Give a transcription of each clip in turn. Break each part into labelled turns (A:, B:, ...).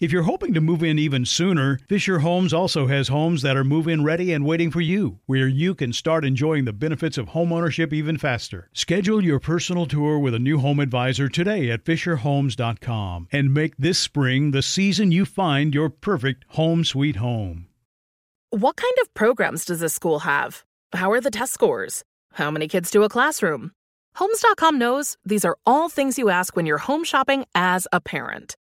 A: If you're hoping to move in even sooner, Fisher Homes also has homes that are move in ready and waiting for you, where you can start enjoying the benefits of homeownership even faster. Schedule your personal tour with a new home advisor today at FisherHomes.com and make this spring the season you find your perfect home sweet home.
B: What kind of programs does this school have? How are the test scores? How many kids do a classroom? Homes.com knows these are all things you ask when you're home shopping as a parent.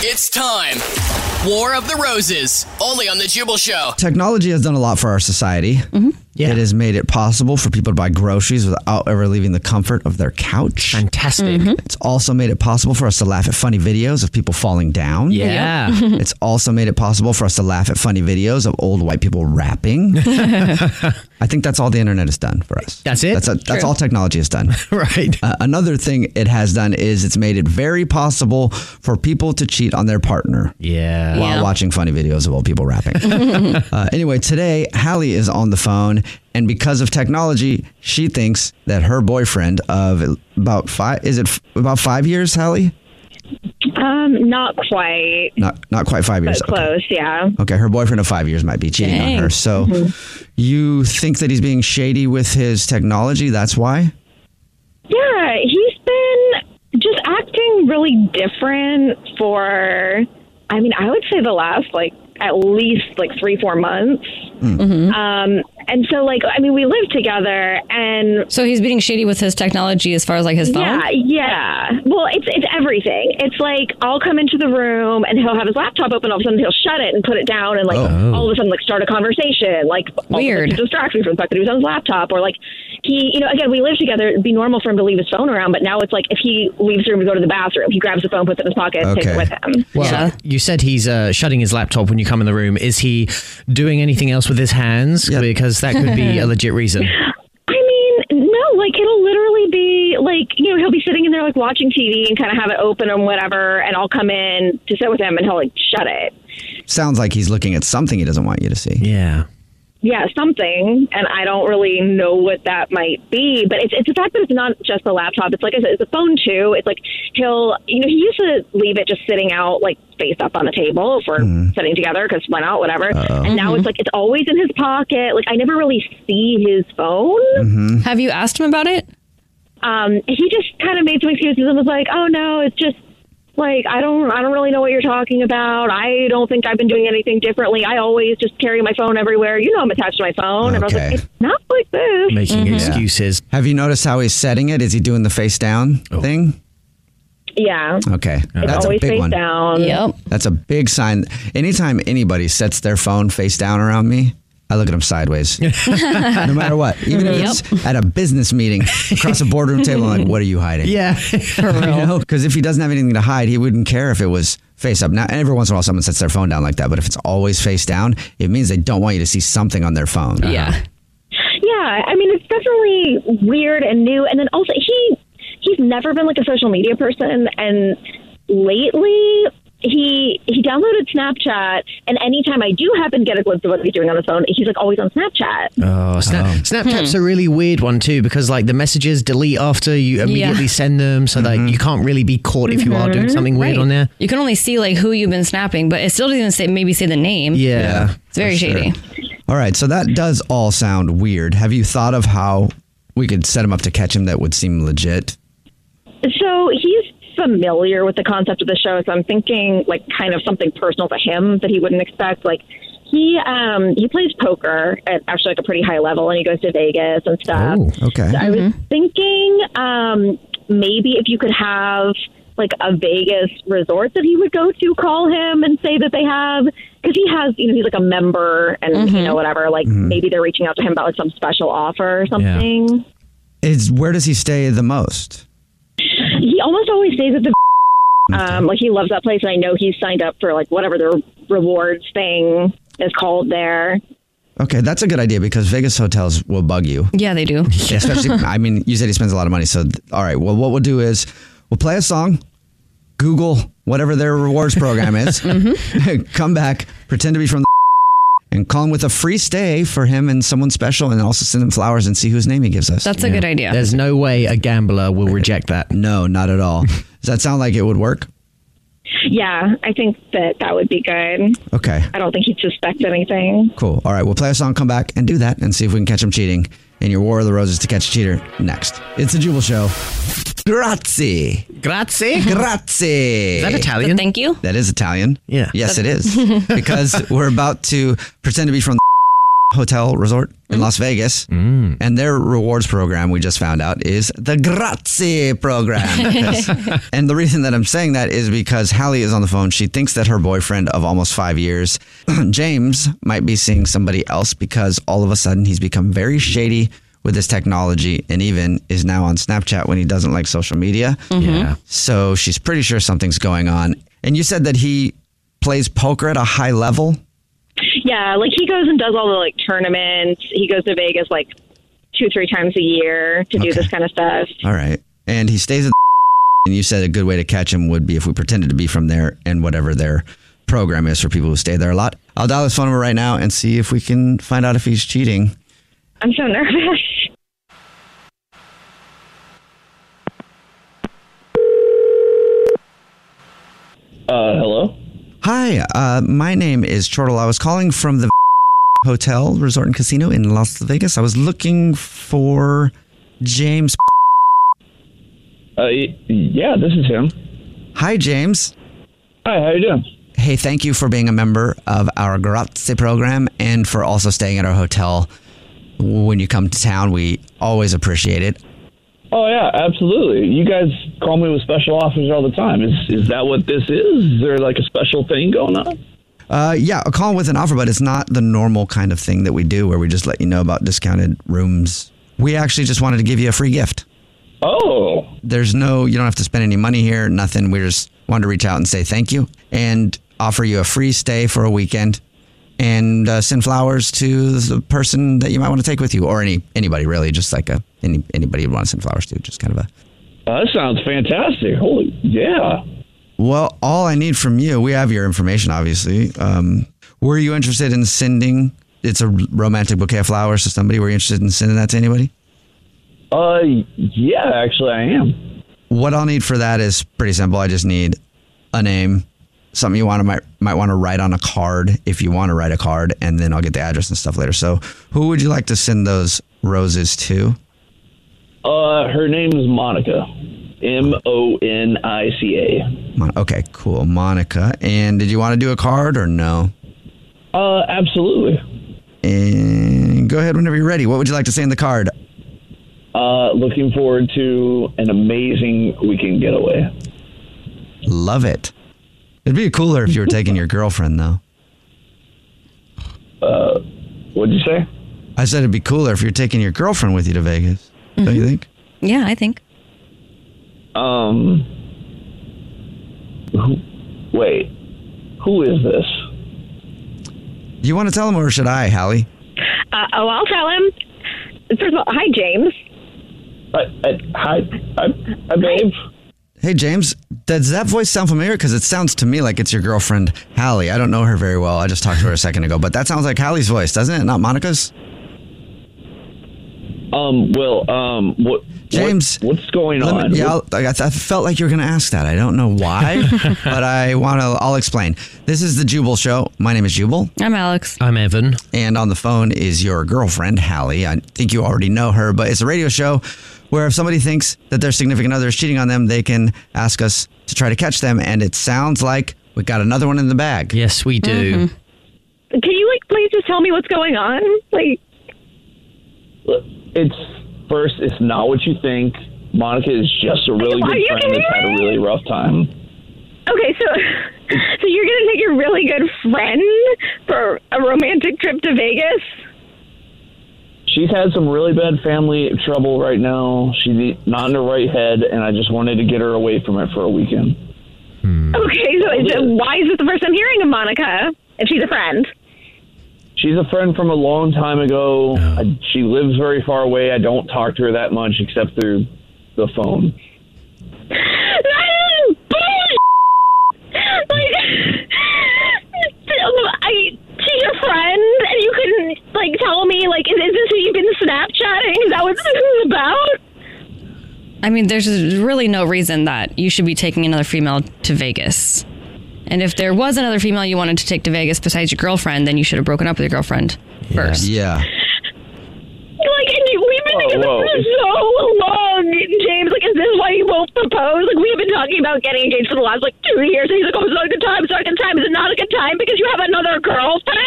C: It's time. War of the Roses, only on The Jubal Show.
D: Technology has done a lot for our society. It has made it possible for people to buy groceries without ever leaving the comfort of their couch.
E: Fantastic.
F: Mm-hmm.
E: Mhm.
D: It's also made it possible for us to laugh at funny videos of people falling down.
E: Yeah. Yeah.
D: it's also made it possible for us to laugh at funny videos of old white people rapping. I think that's all the internet has done for us. That's it. That's, that's
F: True.
D: all technology has done.
F: right.
D: Uh, another thing it has done is it's made it very possible for people to cheat on their partner.
F: Yeah.
D: While
F: Yeah.
D: watching funny videos of old people rapping. uh, anyway, today Hallie is on the phone, and because of technology, she thinks that her boyfriend of about five is it f- about five years, Hallie?
G: Um, not quite.
D: Not not quite five years.
G: But close, yeah.
D: Okay, her boyfriend of five years might be cheating
G: Dang.
D: on her. So
G: Mm-hmm.
D: you think that he's being shady with his technology? That's why.
G: Yeah, he's been just acting really different for, I mean, I would say the last, like, at least like three, four months. Um, and so, like, I mean, we live together, and
H: so he's being shady with his technology as far as like his phone.
G: Yeah, yeah. Well, it's it's everything. It's like I'll come into the room and he'll have his laptop open. All of a sudden, he'll shut it and put it down, and like
H: Oh.
G: all of a sudden, like start a conversation. Like weird, distract me from the fact that he was on his laptop, or like he, you know, again, we live together. It'd be normal for him to leave his phone around, but now it's like if he leaves the room to go to the bathroom, he grabs the phone, puts it in his pocket, and takes it with him.
F: Well, you said he's uh, shutting his laptop when you come in the room. Is he doing anything else with his hands? Because that could be a legit reason.
G: No, like it'll literally be like you know he'll be sitting in there like watching TV and kind of have it open and whatever, and I'll come in to sit with him and he'll like shut it.
D: Sounds like he's looking at something he doesn't want you to see.
F: Yeah.
G: yeah, something, and I don't really know what that might be. But it's it's the fact that it's not just the laptop. It's like I said, it's a phone too. It's like he'll, you know, he used to leave it just sitting out, like face up on the table for sitting together because why not, whatever. And now it's like it's always in his pocket. Like I never really see his phone.
H: Have you asked him about it?
G: Um, he just kind of made some excuses and was like, "Oh no, it's just." Like I don't, I don't really know what you're talking about. I don't think I've been doing anything differently. I always just carry my phone everywhere. You know, I'm attached to my phone, and I was like,
D: Okay.
G: it's not like this.
H: Mm-hmm.
F: excuses.
D: Have you noticed how he's setting it? Is he doing the face down thing?
G: Yeah.
D: Okay,
G: It's
D: that's a
G: always
D: big
G: face
D: one.
G: down.
F: Uh-huh.
D: That's a big sign. Anytime anybody sets their phone face down around me, I look at them sideways. no matter what. Even if it's at a business meeting across a boardroom table, I'm like, what are you hiding?
F: Yeah.
D: For real. Because if he doesn't have anything to hide, he wouldn't care if it was face up. Now, every once in a while, someone sets their phone down like that, but if it's always face down, it means they don't want you to see something on their phone. Yeah.
G: Yeah, I mean it's definitely weird and new. And then also he he's never been like a social media person, and lately he he downloaded Snapchat. And anytime I do happen to get a glimpse of what he's doing on his phone, he's like always on Snapchat.
F: Oh, Snap- Snapchat's a really weird one too because like the messages delete after you immediately
H: Hmm. Yeah.
F: send them, so that you can't really be caught if you are doing something weird
H: Mm-hmm. Right.
F: on there.
D: Uh-huh.
H: You can only see like who you've been snapping, but it still doesn't say maybe say the name.
F: Yeah.
H: It's very shady.
D: All right, so that does all sound weird. Have you thought of how we could set him up to catch him that would seem legit?
G: So he's familiar with the concept of the show, so I'm thinking like kind of something personal to him that he wouldn't expect. Like he um he plays poker at actually like a pretty high level and he goes to Vegas and stuff.
D: Oh, okay.
G: So I was thinking um maybe if you could have like a Vegas resort that he would go to call him and say that they have because he has you know he's like a member and you know whatever like maybe they're reaching out to him about like some special offer or something.
D: Is where does he stay the most?
G: He almost always stays at the. Um, like he loves that place, and I know he's signed up for like whatever the rewards thing is called there.
D: Okay, that's a good idea because Vegas hotels will bug you.
H: Yeah, they do.
D: Especially, I mean, you said he spends a lot of money. So, th- all right, well, what we'll do is we'll play a song, Google whatever their rewards program is,
H: Mm-hmm.
D: come back, pretend to be from the and call him with a free stay for him and someone special, and also send him flowers and see whose name he gives us.
H: That's a good idea.
F: There's no way a gambler will reject that.
D: no, not at all. Does that sound like it would work?
G: Yeah, I think that that would be good.
D: Okay,
G: I don't think he'd suspect anything.
D: cool. All right, we'll play a song, come back, and do that, and see if we can catch him cheating. And your War of the Roses to catch a cheater next. It's a Jubal Show. Grazie.
F: Grazie.
D: Grazie.
F: Is that
H: But
F: Italian?
H: thank you.
D: That is Italian.
F: Yeah.
D: Yes, it is. because we're about to pretend to be from the hotel resort
F: Mm-hmm.
D: in Las Vegas. And their rewards program, we just found out, is the Grazie program. and the reason that I'm saying that is because Hallie is on the phone. She thinks that her boyfriend of almost five years, James, might be seeing somebody else because all of a sudden he's become very shady with his technology and even is now on Snapchat when he doesn't like social media.
F: Yeah.
D: So she's pretty sure something's going on. And you said that he plays poker at a high level.
G: Yeah, like he goes and does all the like tournaments. He goes to Vegas like two, three times a year to do this kind of stuff.
D: All right. And he stays at and you said a good way to catch him would be if we pretended to be from there and whatever their program is for people who stay there a lot. I'll dial his phone number right now and see if we can find out if he's cheating.
G: I'm so nervous.
E: Uh, hello.
D: Hi, uh, my name is Chortle. I was calling from the hotel, resort, and casino in Las Vegas. I was looking for James.
E: Uh, y- yeah, this is him.
D: Hi, James.
E: Hi, how you doing?
D: Hey, thank you for being a member of our Grazie program and for also staying at our hotel when you come to town. We always appreciate it.
E: Oh yeah, absolutely. You guys call me with special offers all the time. Is is that what this is? Is there like a special thing going on?
D: Uh, yeah, a call with an offer, but it's not the normal kind of thing that we do where we just let you know about discounted rooms. We actually just wanted to give you a free gift.
E: Oh,
D: There's no, you don't have to spend any money here, nothing. We just wanted to reach out and say thank you and offer you a free stay for a weekend and uh, send flowers to the person that you might want to take with you or any anybody really, just like a any anybody you want to send flowers to, just kind of a.
E: uh, that sounds fantastic. Holy yeah.
D: Well, all I need from you, we have your information, obviously. Um, were you interested in sending? It's a romantic bouquet of flowers to somebody. Were you interested in sending that to anybody?
E: Uh, yeah, actually, I am.
D: What I'll need for that is pretty simple. I just need a name, something you want to might might want to write on a card if you want to write a card, and then I'll get the address and stuff later. So, who would you like to send those roses to?
E: Uh, her name is Monica. M O N I C A.
D: Mon- okay, cool, Monica. And did you want to do a card or no?
E: Uh, absolutely.
D: And go ahead whenever you're ready. What would you like to say in the card?
E: Uh, looking forward to an amazing weekend getaway.
D: Love it. It'd be cooler if you were taking your girlfriend, though.
E: What'd you say?
D: I said it'd be cooler if you're taking your girlfriend with you to Vegas. Don't you think?
H: Yeah, I think.
E: Um. Who, wait, who is this?
D: You want to tell him, or should I, Hallie?
G: Uh, oh, I'll tell him. First of all, hi James.
E: I, I, hi, I, I, babe.
D: Hey, James, does that voice sound familiar? Because it sounds to me like it's your girlfriend, Hallie. I don't know her very well. I just talked to her a second ago, but that sounds like Hallie's voice, doesn't it? Not Monica's?
E: Um. Well. Um. What?
D: James,
E: what's going
D: Let me-
E: on?
D: yeah, I'll- I, got- I felt like you were going to ask that. I don't know why, but I want to. I'll explain. This is the Jubal Show. My name is Jubal.
H: I'm Alex.
F: I'm Evan.
D: And on the phone is your girlfriend, Hallie. I think you already know her, but it's a radio show where if somebody thinks that their significant other is cheating on them, they can ask us to try to catch them. And it sounds like we got another one in the bag.
F: Yes, we do.
H: Mm-hmm.
G: Can you like please just tell me what's going on? Like,
E: Look, it's first, it's not what you think. Monica is just a really
G: Are
E: good
G: you
E: friend
G: kidding
E: that's had a
G: me?
E: really rough time.
G: okay, so so you're gonna take your really good friend for a romantic trip to Vegas?
E: She's had some really bad family trouble right now. She's not in her right head, and I just wanted to get her away from it for a weekend.
G: Okay, so is it, why is this the first I'm hearing of Monica? If she's a friend,
E: She's a friend from a long time ago. I, she lives very far away. I don't talk to her that much except through the phone.
G: that is bullshit. Like, I she's your friend, and you couldn't like tell me like is, is this who you've been Snapchatting? Is that what this is about?
H: I mean, there's really no reason that you should be taking another female to Vegas. And if there was another female you wanted to take to Vegas besides your girlfriend, then you should have broken up with your girlfriend first.
D: Yeah.
G: Like, and you, we've been
E: Whoa,
G: together
E: whoa.
G: for so long, James. Like, is this why you won't propose? Like, we've been talking about getting engaged for the last like two years, and he's like, "Oh, it's not a good time. It's not a good time. Is it not a good time because you have another girlfriend?"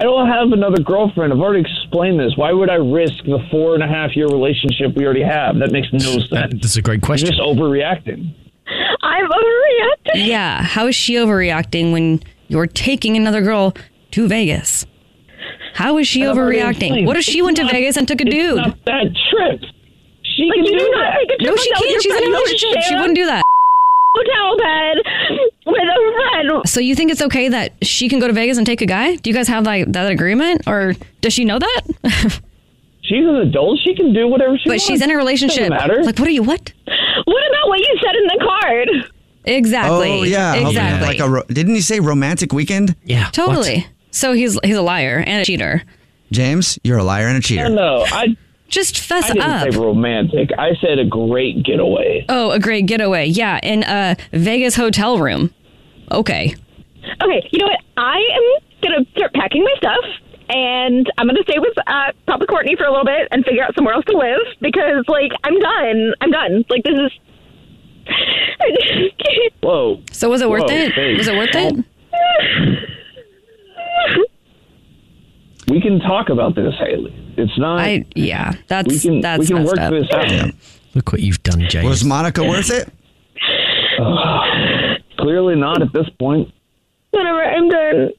E: I don't have another girlfriend. I've already explained this. Why would I risk the four and a half year relationship we already have? That makes no sense.
F: That's a great
E: You're
F: question.
E: just overreacting.
G: I'm overreacting.
H: Yeah. How is she overreacting when you're taking another girl to Vegas? How is she
E: I've already
H: overreacting?
E: explained.
H: What if she went to
E: It's not-
H: Vegas and took a
E: it's
H: dude?
E: Not that trip. She
G: Like,
E: can
G: you
E: do
G: do not
E: that.
G: take a trip
H: No, she
G: without your
H: can't. She's in a
G: friend. You
H: relationship. She
G: share
H: wouldn't do that.
G: a hotel bed with a friend.
H: So you think it's okay that she can go to Vegas and take a guy? Do you guys have like that agreement, or does she know that?
E: She's an adult. She can do whatever she
H: but
E: wants.
H: she's in a relationship.
E: Doesn't matter.
H: Like, what are you? What?
G: What about what you said in the card?
H: Exactly.
D: Oh yeah. Okay.
H: Exactly.
D: Like a ro- didn't you say romantic weekend?
F: yeah. what?
H: totally. So he's he's a liar and a cheater.
D: James, you're a liar and a cheater.
E: No, I,
H: Just fess
E: I didn't
H: up.
E: say romantic. I said a great getaway.
H: oh, a great getaway. Yeah, in a Vegas hotel room. Okay.
G: Okay, you know what? I am gonna start packing my stuff, and I'm gonna stay with uh, Papa Courtney for a little bit and figure out somewhere else to live because, like, I'm done. I'm done. Like, this is.
E: Whoa.
H: So was it worth
E: Whoa,
H: it?
E: hey. Oh,
H: Was it worth it?
E: We can talk about this, Haley. It's not.
H: I yeah. That's
E: we can
H: that's
E: we can
H: messed
E: work
H: up.
E: this out.
F: Look what you've done, James.
D: Was Monica worth it?
E: Clearly not at this point.
G: Whatever. I'm done.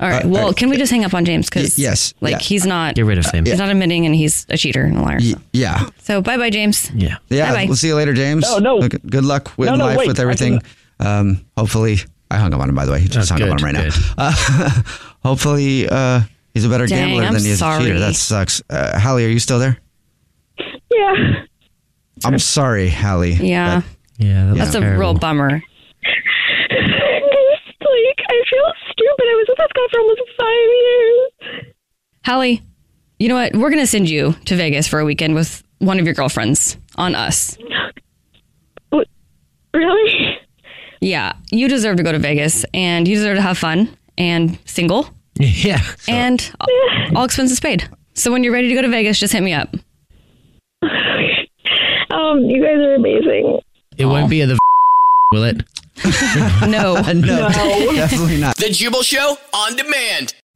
H: All right.
D: Uh,
H: well,
D: uh,
H: can we just hang up on James? Because
D: Y- yes,
H: like
D: yeah.
H: he's not
F: Get rid of him.
H: he's not admitting, and he's a cheater and a liar.
D: Y- yeah.
H: So bye bye, James.
F: Yeah.
D: Yeah,
H: Bye-bye.
D: we'll see you later, James.
E: No, no.
D: Look, good luck with
E: No, no,
D: life,
E: wait.
D: with
E: I
D: everything. Um, hopefully, I hung up on him. By the way, he just
F: Oh,
D: hung up
F: good,
D: on him right
F: good.
D: now. Uh, hopefully, uh, he's a better
H: Dang,
D: gambler
H: I'm
D: than he is a cheater.
H: sorry.
D: That sucks. Uh, Hallie, are you still there?
G: Yeah.
D: I'm sorry, Hallie.
H: Yeah.
F: Yeah. That
H: That's
F: was
H: a
F: terrible.
H: real bummer.
G: Just, like, I feel stupid. I was with this guy for almost five years.
H: Hallie, you know what? We're gonna send you to Vegas for a weekend with one of your girlfriends on us.
G: Really?
H: Yeah. You deserve to go to Vegas and you deserve to have fun and single
F: Yeah.
H: and all, all expenses paid. So when you're ready to go to Vegas, just hit me up.
G: Um, you guys are amazing.
F: It won't be at the will it?
H: No.
D: but- no, definitely not.
C: The Jubal Show on demand.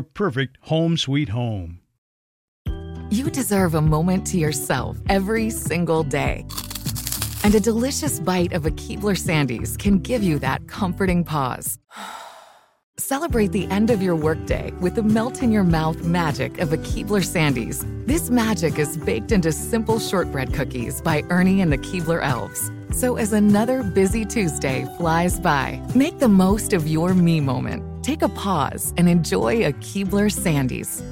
A: perfect home sweet home.
I: You deserve a moment to yourself every single day. And a delicious bite of a Keebler Sandies can give you that comforting pause.
B: Celebrate the end of your workday with the melt in your mouth magic of a Keebler Sandies. This magic is baked into simple shortbread cookies by Ernie and the Keebler Elves. So, as another busy Tuesday flies by, make the most of your me moment. Take a pause and enjoy a Keebler Sandies.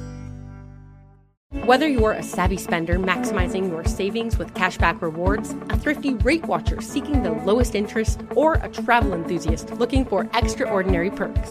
G: Whether you're a savvy spender maximizing your savings with cashback rewards, a thrifty rate watcher seeking the lowest interest, or a travel enthusiast looking for extraordinary perks,